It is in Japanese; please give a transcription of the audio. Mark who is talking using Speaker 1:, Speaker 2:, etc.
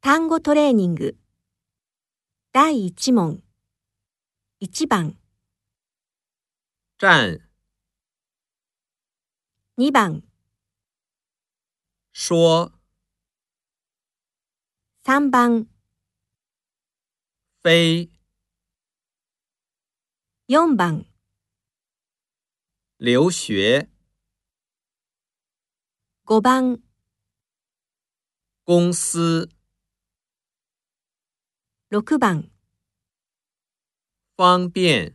Speaker 1: 単語トレーニング。第1問。1番、
Speaker 2: 站、
Speaker 1: 2番、
Speaker 2: 说、
Speaker 1: 3番、
Speaker 2: 飞、
Speaker 1: 4番、
Speaker 2: 留学、
Speaker 1: 5番、
Speaker 2: 公司、
Speaker 1: 6番。
Speaker 2: 方便。